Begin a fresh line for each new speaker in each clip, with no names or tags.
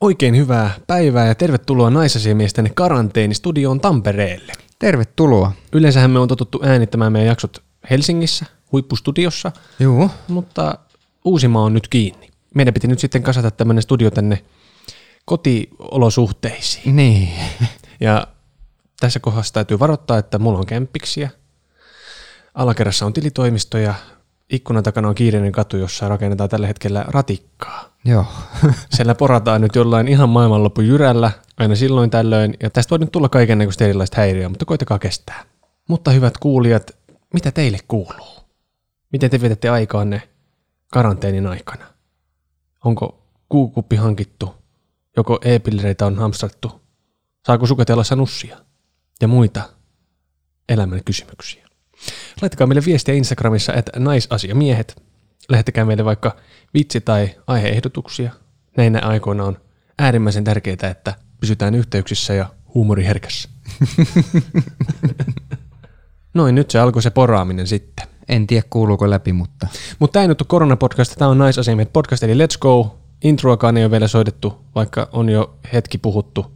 Oikein hyvää päivää ja tervetuloa naisasiamies tänne karanteenistudioon Tampereelle.
Tervetuloa.
Yleensähän me on totuttu äänittämään meidän jaksot Helsingissä, huippustudiossa,
Joo.
mutta Uusimaa on nyt kiinni. Meidän piti nyt sitten kasata tämmöinen studio tänne kotiolosuhteisiin.
Niin.
Ja tässä kohdassa täytyy varoittaa, että mulla on kämppiksiä. Alakerrassa on tilitoimisto ja ikkunan takana on kiireinen katu, jossa rakennetaan tällä hetkellä ratikkaa.
Joo.
Siellä porataan nyt jollain ihan maailmanlopun jyrällä aina silloin tällöin, ja tästä voi nyt tulla kaikennäköistä erilaista häiriöä, mutta koitakaa kestää. Mutta hyvät kuulijat, mitä teille kuuluu? Miten te vietätte aikaanne karanteenin aikana? Onko kuukuppi hankittu? Joko e-pillereitä on hamstrattu? Saako suketella sanussia? Ja muita elämän kysymyksiä. Laittakaa meille viestiä Instagramissa, että naisasiamiehet. Lähettäkää meille vaikka vitsi- tai aiheehdotuksia. Näinä aikoina on äärimmäisen tärkeää, että pysytään yhteyksissä ja huumori herkässä. Noin, nyt se alkoi se poraaminen sitten.
En tiedä kuuluuko läpi, mutta
Mutta tämä ei nyt ole koronapodcast, tämä on naisasiamiehet podcast, eli let's go. Introakaan ei ole vielä soitettu, vaikka on jo hetki puhuttu.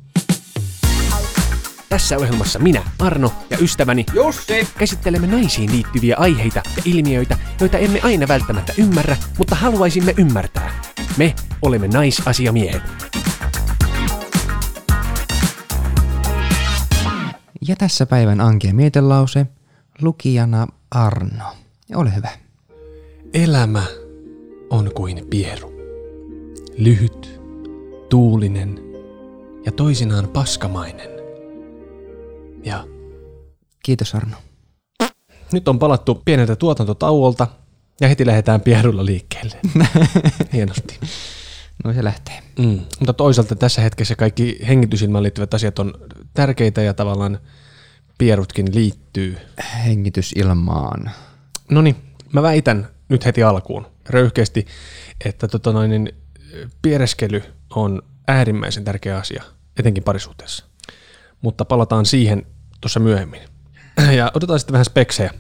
Tässä ohjelmassa minä, Arno ja ystäväni Jussi käsittelemme naisiin liittyviä aiheita ja ilmiöitä, joita emme aina välttämättä ymmärrä, mutta haluaisimme ymmärtää. Me olemme naisasiamiehet.
Ja tässä päivän ankea mietelause, lukijana Arno. Ole hyvä.
Elämä on kuin pieru. Lyhyt, tuulinen ja toisinaan paskamainen. Ja
Kiitos Arno.
nyt on palattu pieneltä tuotantotauolta ja heti lähdetään pierulla liikkeelle. Hienosti.
No se lähtee.
Mm. Mutta toisaalta tässä hetkessä kaikki hengitysilmään liittyvät asiat on tärkeitä ja tavallaan pierutkin liittyy.
Hengitysilmaan.
No niin, mä väitän nyt heti alkuun röyhkeästi, että tota noin, niin, piereskely on äärimmäisen tärkeä asia, etenkin parisuhteessa. Mutta palataan siihen tuossa myöhemmin. Ja otetaan sitten vähän speksejä.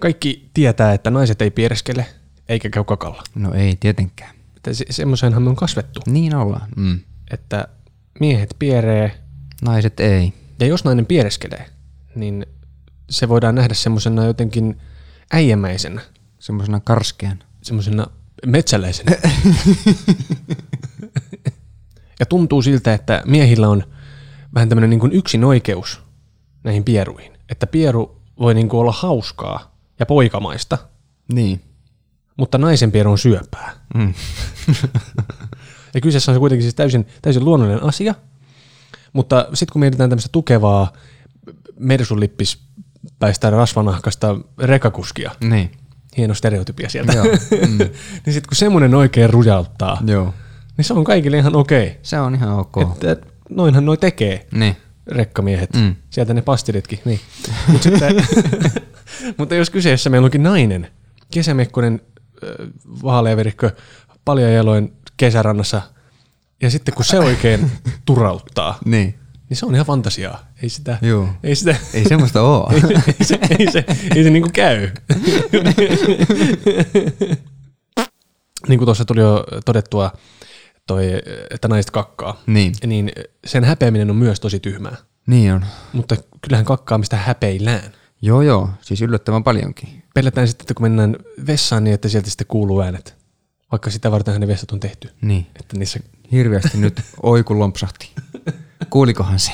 Kaikki tietää, että naiset ei piereskele eikä käy kakalla.
No ei tietenkään.
Että se- Semmoiseenhan me on kasvettu,
Niin ollaan. Mm.
että miehet pieree
Naiset ei.
ja jos nainen piereskelee, niin se voidaan nähdä semmoisena jotenkin äijämäisenä,
Semmoisena karskean.
semmoisena metsäläisenä. ja tuntuu siltä, että miehillä on vähän tämmöinen niin yksin oikeus näihin pieruihin. Että pieru voi niin kuin olla hauskaa ja poikamaista,
Niin.
mutta naisen pieru on syöpää.
Mm.
ja kyseessä on se kuitenkin siis täysin, täysin luonnollinen asia, mutta sitten kun mietitään tämmöistä tukevaa mersulippis päistä rasvanahkasta rekakuskia,
Niin.
hieno stereotypia sieltä,
Joo.
mm. niin sitten kun semmoinen oikein rujauttaa,
Joo.
niin se on kaikille ihan okei.
Se on ihan ok.
Että Noinhan noi tekee
Niin.
rekkamiehet. Mm.
Mm.
Sieltä ne pastilitkin. Niin. Mut sitten, mutta jos kyseessä meillä onkin nainen, kesämekkonen, äh, vaaleaverikko, paljajaloin kesärannassa, ja sitten kun se oikein turauttaa,
Niin.
niin se on ihan fantasiaa. Ei sitä,
Joo.
ei sitä,
Ei semmoista oo.
ei se, ei se, ei se niinku käy. niin kuin tuossa tuli jo todettua, toi, että naiset kakkaa,
niin.
niin sen häpeäminen on myös tosi tyhmää.
Niin on.
Mutta kyllähän kakkaamista häpeillään.
Joo joo. Siis yllättävän paljonkin.
Pelätään sitten, että kun mennään vessaan, niin että sieltä sitten kuuluu äänet. Vaikka sitä varten ne vessat on tehty.
Niin.
Että niissä...
Hirveästi nyt oi kun lompsahti. Kuulikohan se?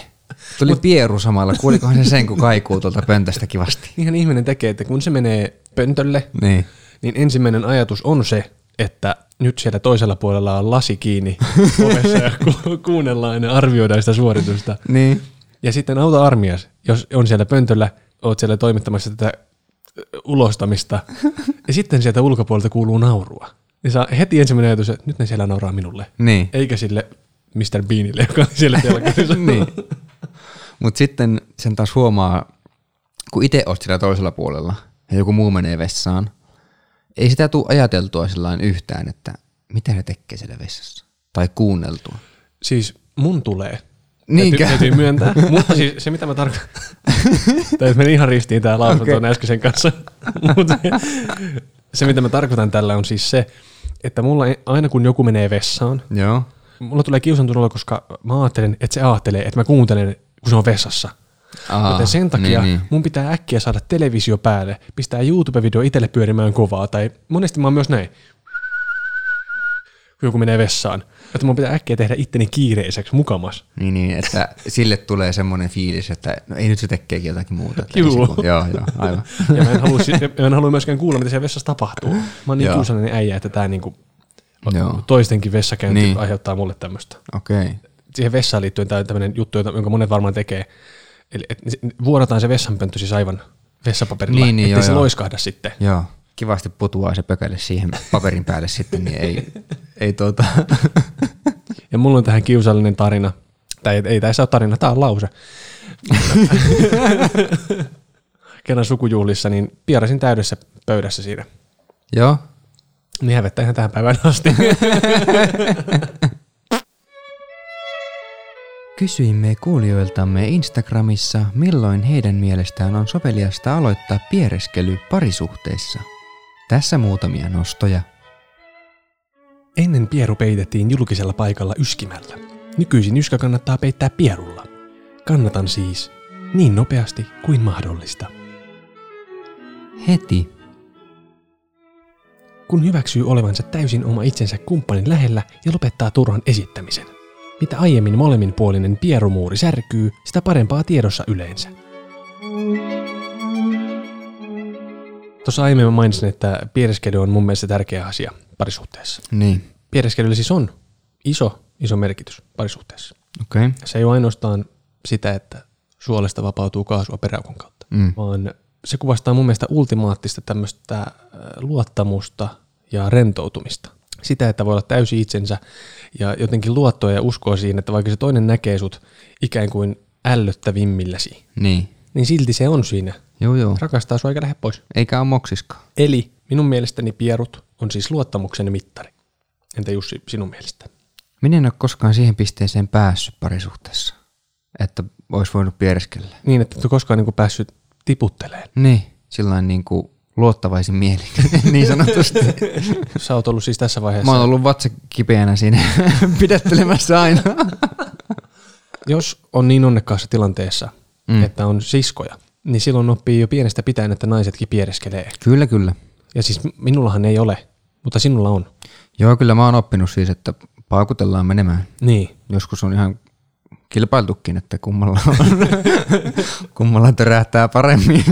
Tuli Mut... pieru samalla. Kuulikohan se sen, kun kaikuu tuolta pöntästä kivasti?
Niinhän ihminen tekee, että kun se menee pöntölle,
Niin.
niin ensimmäinen ajatus on se, että nyt siellä toisella puolella on lasi kiinni ovessa ja ku- kuunnellaan ja arvioidaan sitä suoritusta.
Niin.
Ja sitten auta armias, jos on siellä pöntöllä, oot siellä toimittamassa tätä ö, ulostamista, ja sitten sieltä ulkopuolelta kuuluu naurua. Ja saa heti ensimmäinen ajatus, että nyt ne siellä nauraa minulle,
Niin.
eikä sille Mr. Beanille, joka on siellä telkkarissa.
niin. Mutta sitten sen taas huomaa, kun itse oot siellä toisella puolella ja joku muu menee vessaan, ei sitä tule ajateltua sillä yhtään, että mitä ne tekee siellä vessassa. Tai kuunneltua.
Siis mun tulee.
Niinkö?
Täytyy, täytyy myöntää. Mutta siis se, mitä mä tarkoitan... Tämä meni ihan ristiin tämä lausunto okay. tuon äskeisen kanssa. Mut se- se, mitä mä tarkoitan tällä on siis se, että mulla ei- aina kun joku menee vessaan,
Joo.
Mulla tulee kiusantunnolla, koska mä ajattelen, että se ajattelee, että mä kuuntelen, kun se on vessassa.
Aa,
Joten sen takia
Niin, niin.
mun pitää äkkiä saada televisio päälle, pistää YouTube-video itselle pyörimään kovaa, tai monesti mä oon myös näin, kun joku menee vessaan, että mun pitää äkkiä tehdä itteni kiireiseksi mukamas.
Niin, niin, että sille tulee semmoinen fiilis, että no ei nyt se tekeekin jotakin muuta. Että
Juu.
ei se kun- Joo, joo, aivan.
Ja mä en halua, si- ja mä en halua myöskään kuulla, mitä siellä vessassa tapahtuu. Mä oon niin
Joo.
kiusallinen äijä, että tää niinku
joo,
toistenkin vessakäynti niin.
Niin.
aiheuttaa mulle tämmöistä.
okei. Okay.
Siihen vessaan liittyen tää on tämmöinen juttu, jota- jonka monet varmaan tekee. Eli et, vuodataan se vessanpönttö siis aivan vessapaperilla,
Niin, niin,
ettei
joo,
se
joo.
loiskahda sitten.
Joo. Kivasti putuaa se pökäle siihen paperin päälle sitten, niin ei, ei tuota.
Ja mulla on tähän kiusallinen tarina. Tai ei, ei tässä ole tarina, tämä on lause. Kerran sukujuhlissa, niin pierasin täydessä pöydässä siinä.
joo.
Niin hävettä ihan tähän päivään asti.
Kysyimme kuulijoiltamme Instagramissa, milloin heidän mielestään on soveliasta aloittaa piereskely parisuhteissa. Tässä muutamia nostoja.
Ennen pieru peitettiin julkisella paikalla yskimällä. Nykyisin yskä kannattaa peittää pierulla. Kannatan siis niin nopeasti kuin mahdollista.
Heti.
Kun hyväksyy olevansa täysin oma itsensä kumppanin lähellä ja lopettaa turhan esittämisen. Mitä aiemmin molemminpuolinen pierumuuri särkyy, sitä parempaa tiedossa yleensä. Tuossa aiemmin mä mainitsin, että piereskely on mun mielestä tärkeä asia parisuhteessa.
Niin.
Piereskelyllä siis on iso, iso merkitys parisuhteessa.
Okei. Okay.
Se ei ole ainoastaan sitä, että suolesta vapautuu kaasua peräaukon kautta,
Mm.
vaan se kuvastaa mun mielestä ultimaattista tämmöistä äh, luottamusta ja rentoutumista. Sitä, että voi olla täysi itsensä ja jotenkin luottoa ja uskoa siihen, että vaikka se toinen näkee sut ikään kuin ällöttävimmilläsi,
Niin.
niin silti se on siinä.
Joo, joo.
Rakastaa sua eikä lähde pois.
Eikä ole moksiskaan.
Eli minun mielestäni pierut on siis luottamuksen mittari. Entä Jussi, sinun mielestä?
Minä en ole koskaan siihen pisteeseen päässyt parisuhteessa, että olisi voinut piereskellä.
Niin, että et ole koskaan niin päässyt tiputteleen.
Niin, sillain niin kuin luottavaisin mieli, niin sanotusti.
Sä oot ollut siis tässä vaiheessa.
Mä oon ollut vatsa kipeänä siinä pidättelemässä aina.
Jos on niin onnekkaassa tilanteessa, mm. että on siskoja, niin silloin oppii jo pienestä pitäen, että naisetkin piereskelee.
Kyllä, kyllä.
Ja siis m- minullahan ei ole, mutta sinulla on.
Joo, kyllä mä oon oppinut siis, että paukutellaan menemään.
Niin.
Joskus on ihan kilpailtukin, että kummalla, on, kummalla törähtää paremmin.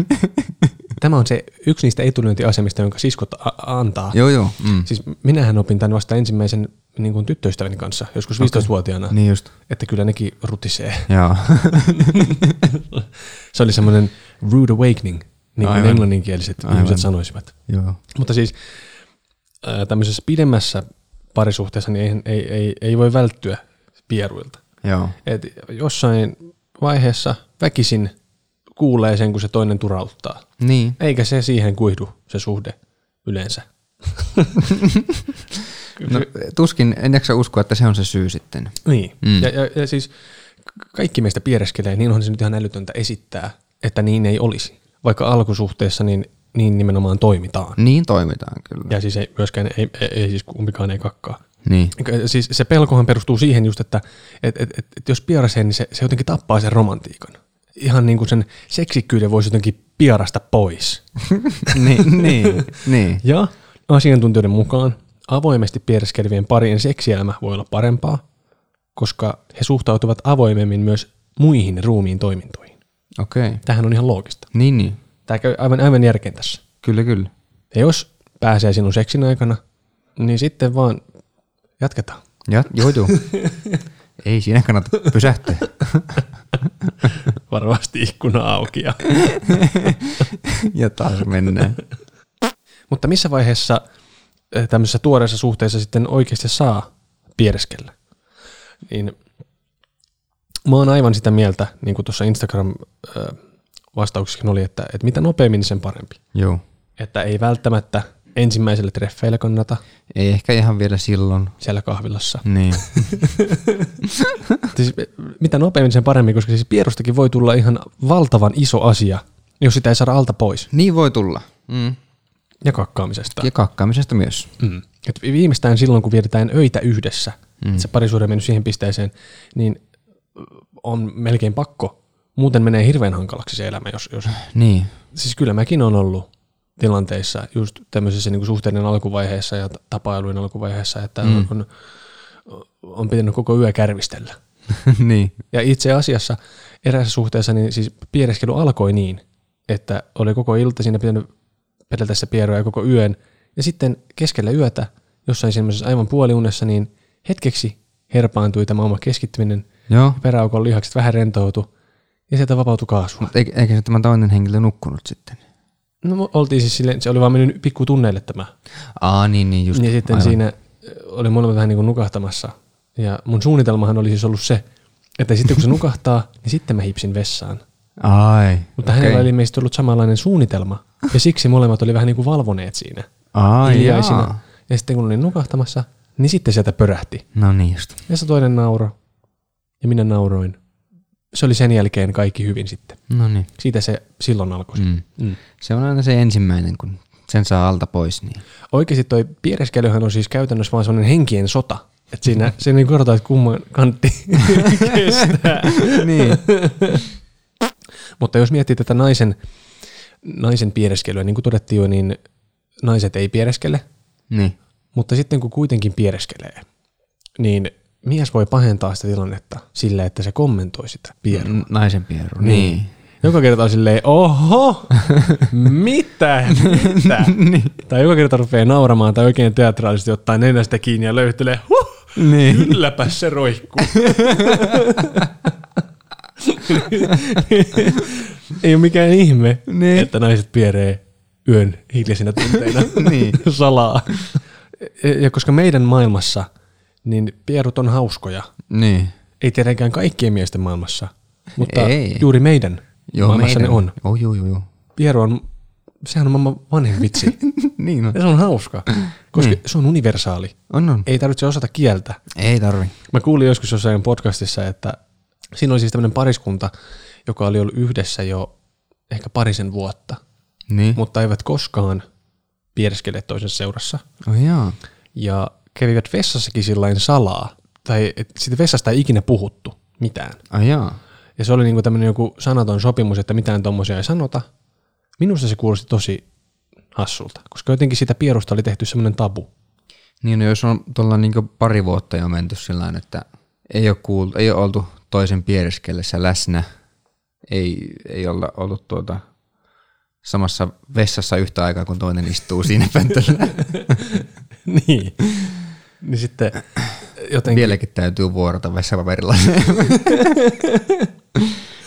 Tämä on se yksi niistä etulyöntiasemista, jonka siskot a- a- antaa.
joo, joo. Mm.
Siis minähän opin tämän vasta ensimmäisen niin kuin tyttöystäväni kanssa, joskus 15-vuotiaana, okay.
Niin just.
että kyllä nekin rutisee.
Joo.
Se oli semmoinen rude awakening, niin kuin
Aivan.
englanninkieliset Aivan. ihmiset sanoisivat.
joo.
Mutta siis ää, tämmöisessä pidemmässä parisuhteessa niin ei, ei, ei, ei voi välttyä pieruilta.
Joo.
Et jossain vaiheessa väkisin kuulee sen, kun se toinen turauttaa.
Niin.
Eikä se siihen kuihdu, se suhde yleensä.
No, tuskin, en jaksa uskoa, että se on se syy sitten.
Niin. Mm. Ja, ja, ja siis k- kaikki meistä piereskelee, niin onhan se nyt ihan älytöntä esittää, että niin ei olisi. Vaikka alkusuhteessa niin, niin nimenomaan toimitaan.
Niin toimitaan kyllä.
Ja siis ei myöskään, ei, ei, ei siis kumpikaan ei kakkaa.
Niin.
K- Siis se pelkohan perustuu siihen just, että et, et, et, et jos pierasee, niin se, se jotenkin tappaa sen romantiikan. Ihan niin kuin sen seksikkyyden voisi jotenkin pierasta pois.
niin, niin, niin.
Ja asiantuntijoiden mukaan avoimesti piereskelevien parien seksielämä voi olla parempaa, koska he suhtautuvat avoimemmin myös muihin ruumiin toimintoihin.
Okei. Okay.
Tämähän on ihan loogista.
Niin, niin.
Tämä käy aivan, aivan järkeen tässä.
Kyllä, kyllä.
Ja jos pääsee sinun seksin aikana, niin sitten vaan jatketaan.
Ja, joo, joo. Ei siinä kannata pysähtyä.
Varovasti ikkuna auki ja
ja taas mennään.
Mutta missä vaiheessa eh, tämmöisessä tuoreessa suhteessa sitten oikeasti saa piereskellä? Niin mä oon aivan sitä mieltä, niin kuin tuossa Instagram-vastauksessakin oli, että, että mitä nopeammin niin sen parempi.
Joo.
Että ei välttämättä ensimmäisellä treffeillä kannata
Ei ehkä ihan vielä silloin.
siellä kahvilassa.
Niin.
Siis, eh, mitä nopeammin sen parempi, koska siis pierustakin voi tulla ihan valtavan iso asia, jos sitä ei saada alta pois.
niin voi tulla. Mm.
Ja kakkaamisesta.
Ja kakkaamisesta myös.
Mm. Et viimeistään silloin, kun vietetään öitä yhdessä, mm. se parisuhde on mennyt siihen pisteeseen, niin on melkein pakko. Muuten menee hirveän hankalaksi se elämä, jos, jos
Niin.
siis kyllä mäkin on ollut tilanteissa just tämmöisessä niin kuin suhteiden alkuvaiheessa ja t- tapailujen alkuvaiheessa, että mm. on, on pitänyt koko yö kärvistellä.
niin.
Ja itse asiassa eräässä suhteessa niin siis piereskely alkoi niin, että oli koko ilta siinä pitänyt pedellä sitä pieroja koko yön. Ja sitten keskellä yötä, jossain semmoisessa aivan puoliunessa, niin hetkeksi herpaantui tämä oma keskittyminen.
Joo.
Peräaukon lihakset vähän rentoutu ja sieltä vapautui kaasua.
Mutta eikö, eikö se tämä toinen henkilö nukkunut sitten?
No mu- oltiin siis silleen, se oli vaan mennyt pikku tunneille tämä.
Aa, niin, niin just.
Ja sitten Aivan. siinä oli molemmat vähän niin kuin nukahtamassa. Ja mun suunnitelmahan oli siis ollut se, että sitten kun se nukahtaa, niin sitten mä hipsin vessaan.
Ai.
Mutta okay. hänellä oli meistä ollut samanlainen suunnitelma, ja siksi molemmat oli vähän niin kuin valvoneet siinä
Ai,
hiljaisina.
jaa.
Ja sitten kun olin nukahtamassa, niin sitten sieltä pörähti.
No niin just.
Ja se toinen nauro, ja minä nauroin. Se oli sen jälkeen kaikki hyvin sitten.
No niin.
Siitä se silloin alkoi. Mm.
Mm. Mm. Se on aina se ensimmäinen, kun sen saa alta pois. Niin.
Oikeasti toi piereskelyhän on siis käytännössä vaan sellainen henkien sota. Että siinä, siinä niin kerrotaan, että kumman kantti kestää.
niin.
Mutta jos miettii tätä naisen, naisen piereskelyä, niin kuin todettiin jo, niin naiset ei piereskele,
niin.
mutta sitten kun kuitenkin piereskelee, niin mies voi pahentaa sitä tilannetta sillä, että se kommentoi sitä pierua.
N- Naisen pieru. Niin.
Joka kerta on silleen, oho, mitä, mitä? tai joka kerta rupeaa nauramaan tai oikein teatraalisesti ottaa nenästä kiinni ja löyhtelee, huh,
Niin.
kylläpäs se roikkuu. Ei ole mikään ihme,
Niin.
että naiset pieree yön hiljaisinä tunteina
Niin.
salaa. Ja koska meidän maailmassa, niin pierut on hauskoja.
Niin.
Ei tietenkään kaikkien miesten maailmassa, mutta
Ei.
juuri meidän Joo, maailmassa meidän. ne on.
Oh, joo, joo, joo.
Pieru on, sehän on maailman vanhin vitsi.
niin on.
ja se on hauska, koska niin. se on universaali.
On, on.
Ei tarvitse osata kieltä.
Ei tarvi.
Mä kuulin joskus jossain podcastissa, että siinä oli siis tämmöinen pariskunta, joka oli ollut yhdessä jo ehkä parisen vuotta,
Niin.
mutta eivät koskaan piereskele toisensa seurassa.
Oh, jaa.
Ja kävivät vessassakin sillain salaa, tai et siitä vessasta ei ikinä puhuttu mitään.
Ai jaa.
Ja se oli niinku tämmöinen joku sanaton sopimus, että mitään tommosia ei sanota. Minusta se kuulosti tosi hassulta, koska jotenkin siitä pierusta oli tehty semmoinen tabu.
Niin, no jos on tuolla niin pari vuotta jo menty sillä että ei ole, kuultu, ei ole oltu toisen piereskellessä läsnä, ei, ei olla ollut tuota samassa vessassa yhtä aikaa, kun toinen istuu siinä pöntöllä.
niin. Niin sitten jotenkin...
Vieläkin täytyy vuorata vessapaperilla.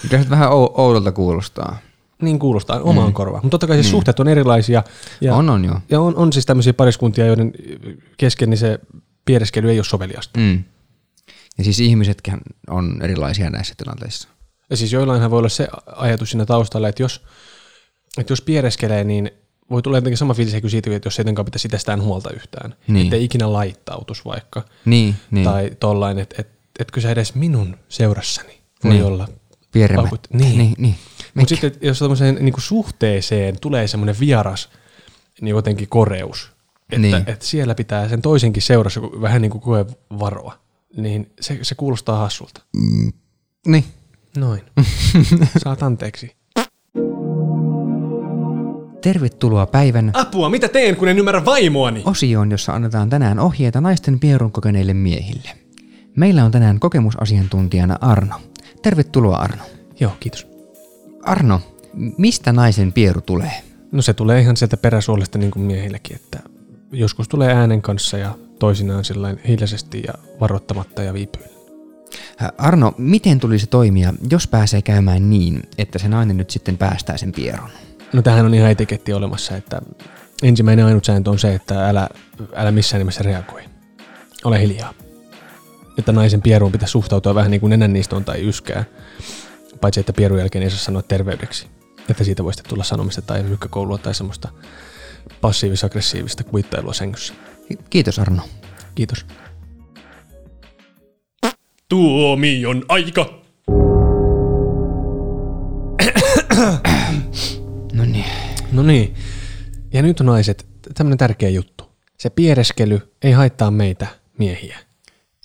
Mikä nyt vähän ou- oudolta kuulostaa.
Niin kuulostaa omaan mm. korvaan. Mutta totta kai siis mm. suhteet on erilaisia. Ja,
Niin. On, on joo.
ja on, on siis tämmöisiä pariskuntia, joiden kesken niin se piereskely ei ole soveliasta.
Mm. Ja siis ihmisetkin on erilaisia näissä tilanteissa.
Ja siis joillainhan voi olla se ajatus siinä taustalla, että jos, että jos piereskelee, niin voi tulla jotenkin sama fiilis kuin siitä, että jos etenkään pitäisi itsestään huolta yhtään.
Niin.
Että ei ikinä laittautus vaikka.
Niin, niin.
Tai tollain, että et, etkö sä edes minun seurassani voi niin. olla.
Vieremät.
paukut- Niin.
niin, niin.
Mutta sitten jos tämmöiseen niin suhteeseen tulee semmoinen vieras, niin jotenkin koreus, että niin.
Niin.
et siellä pitää sen toisenkin seurassa ku- vähän niin kuin koe varoa, niin se, se kuulostaa hassulta.
Niin.
Noin. Saat anteeksi.
Tervetuloa päivän
Apua, mitä teen, kun en ymmärrä vaimoani?
osioon, jossa annetaan tänään ohjeita naisten pierun kokeneille miehille. Meillä on tänään kokemusasiantuntijana Arno. Tervetuloa Arno.
Joo, kiitos.
Arno, m- mistä naisen pieru tulee?
No se tulee ihan sieltä peräsuolesta niin kuin miehilläkin, että joskus tulee äänen kanssa ja toisinaan sillain hiljaisesti ja varoittamatta ja viipyillä.
Ä, Äh, Arno, miten tulisi toimia, jos pääsee käymään niin, että se nainen nyt sitten päästää sen pierun?
No tähän on ihan etiketti olemassa, että ensimmäinen ainut sääntö on se, että älä, älä missään nimessä reagoi. Ole hiljaa. Että naisen pieruun pitäisi suhtautua vähän niin kuin nenänniistoon tai yskää. Paitsi, että pierun jälkeen ei saa sanoa terveydeksi. Että siitä voi sitten tulla sanomista tai mykkäkoulua tai semmoista passiivis-aggressiivista kuittailua sängyssä.
Ki- Kiitos Arno.
Kiitos. Tuomion aika!
No niin.
niin. No niin. Ja nyt naiset, tämmönen tärkeä juttu. Se piereskely ei haittaa meitä miehiä.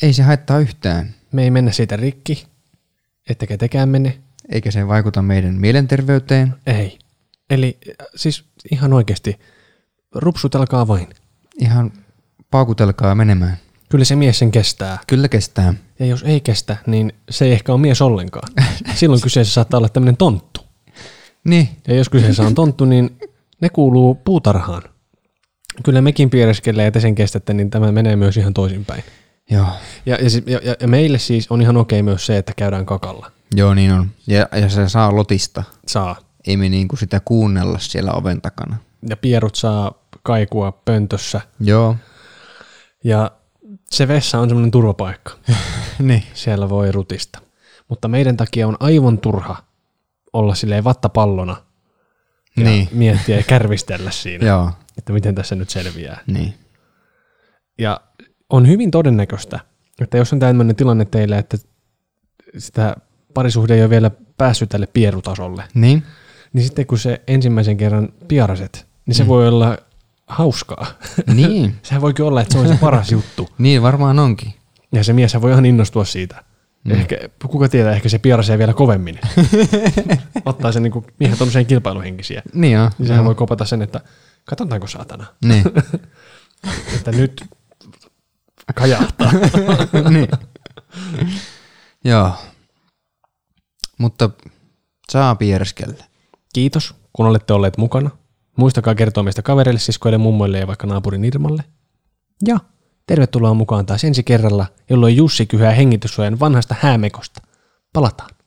Ei se haittaa yhtään,
Me ei mennä siitä rikki, ettekä tekään mene.
eikä se vaikuta meidän mielenterveyteen.
Ei. Eli äh, siis ihan oikeasti, rupsutelkaa vain.
Ihan paukutelkaa menemään.
Kyllä se mies sen kestää.
Kyllä kestää.
Ja jos ei kestä, niin se ei ehkä ole mies ollenkaan. Silloin kyseessä saattaa olla tämmöinen tonttu.
Niin,
Ja jos kyseessä on tonttu, niin ne kuuluu puutarhaan. Kyllä mekin piereskelee ja te sen kestätte, niin tämä menee myös ihan toisinpäin.
joo.
Ja, ja, si- ja, ja- ja meille siis on ihan okei myös se, että käydään kakalla.
Joo, niin on. Ja, ja se saa lotista.
Saa.
Ei me niinku sitä kuunnella siellä oven takana.
Ja pierut saa kaikua pöntössä.
Joo.
Ja se vessa on semmoinen turvapaikka.
niin.
Siellä voi rutista. Mutta meidän takia on aivan turha olla silleen vattapallona ja
Niin.
miettiä ja kärvistellä siinä,
Joo.
että miten tässä nyt selviää.
Niin.
Ja on hyvin todennäköistä, että jos on tämmöinen tilanne teillä, että sitä parisuhde ei ole vielä päässyt tälle pierutasolle,
Niin.
niin sitten kun se ensimmäisen kerran piaraset, niin se mm. voi olla hauskaa.
Niin.
Sehän voikin olla, että se on se paras juttu.
niin varmaan onkin.
Ja se mies voi ihan innostua siitä. Mm. Ehkä, kuka tietää, ehkä se pierasee vielä kovemmin. Ottaa sen niin kuin, miehet on tuommoisia kilpailuhenkisiä.
Niin joo.
Niin sehän voi kopata sen, että katsotaanko saatana,
Niin.
että nyt kajahtaa.
niin. Joo. Mutta saa pierskellä.
Kiitos, kun olette olleet mukana. Muistakaa kertoa meistä kavereille, siskoille, mummoille ja vaikka naapurin Irmalle. Ja tervetuloa mukaan taas ensi kerralla, jolloin Jussi kyhää hengityssuojan vanhasta häämekosta. Palataan.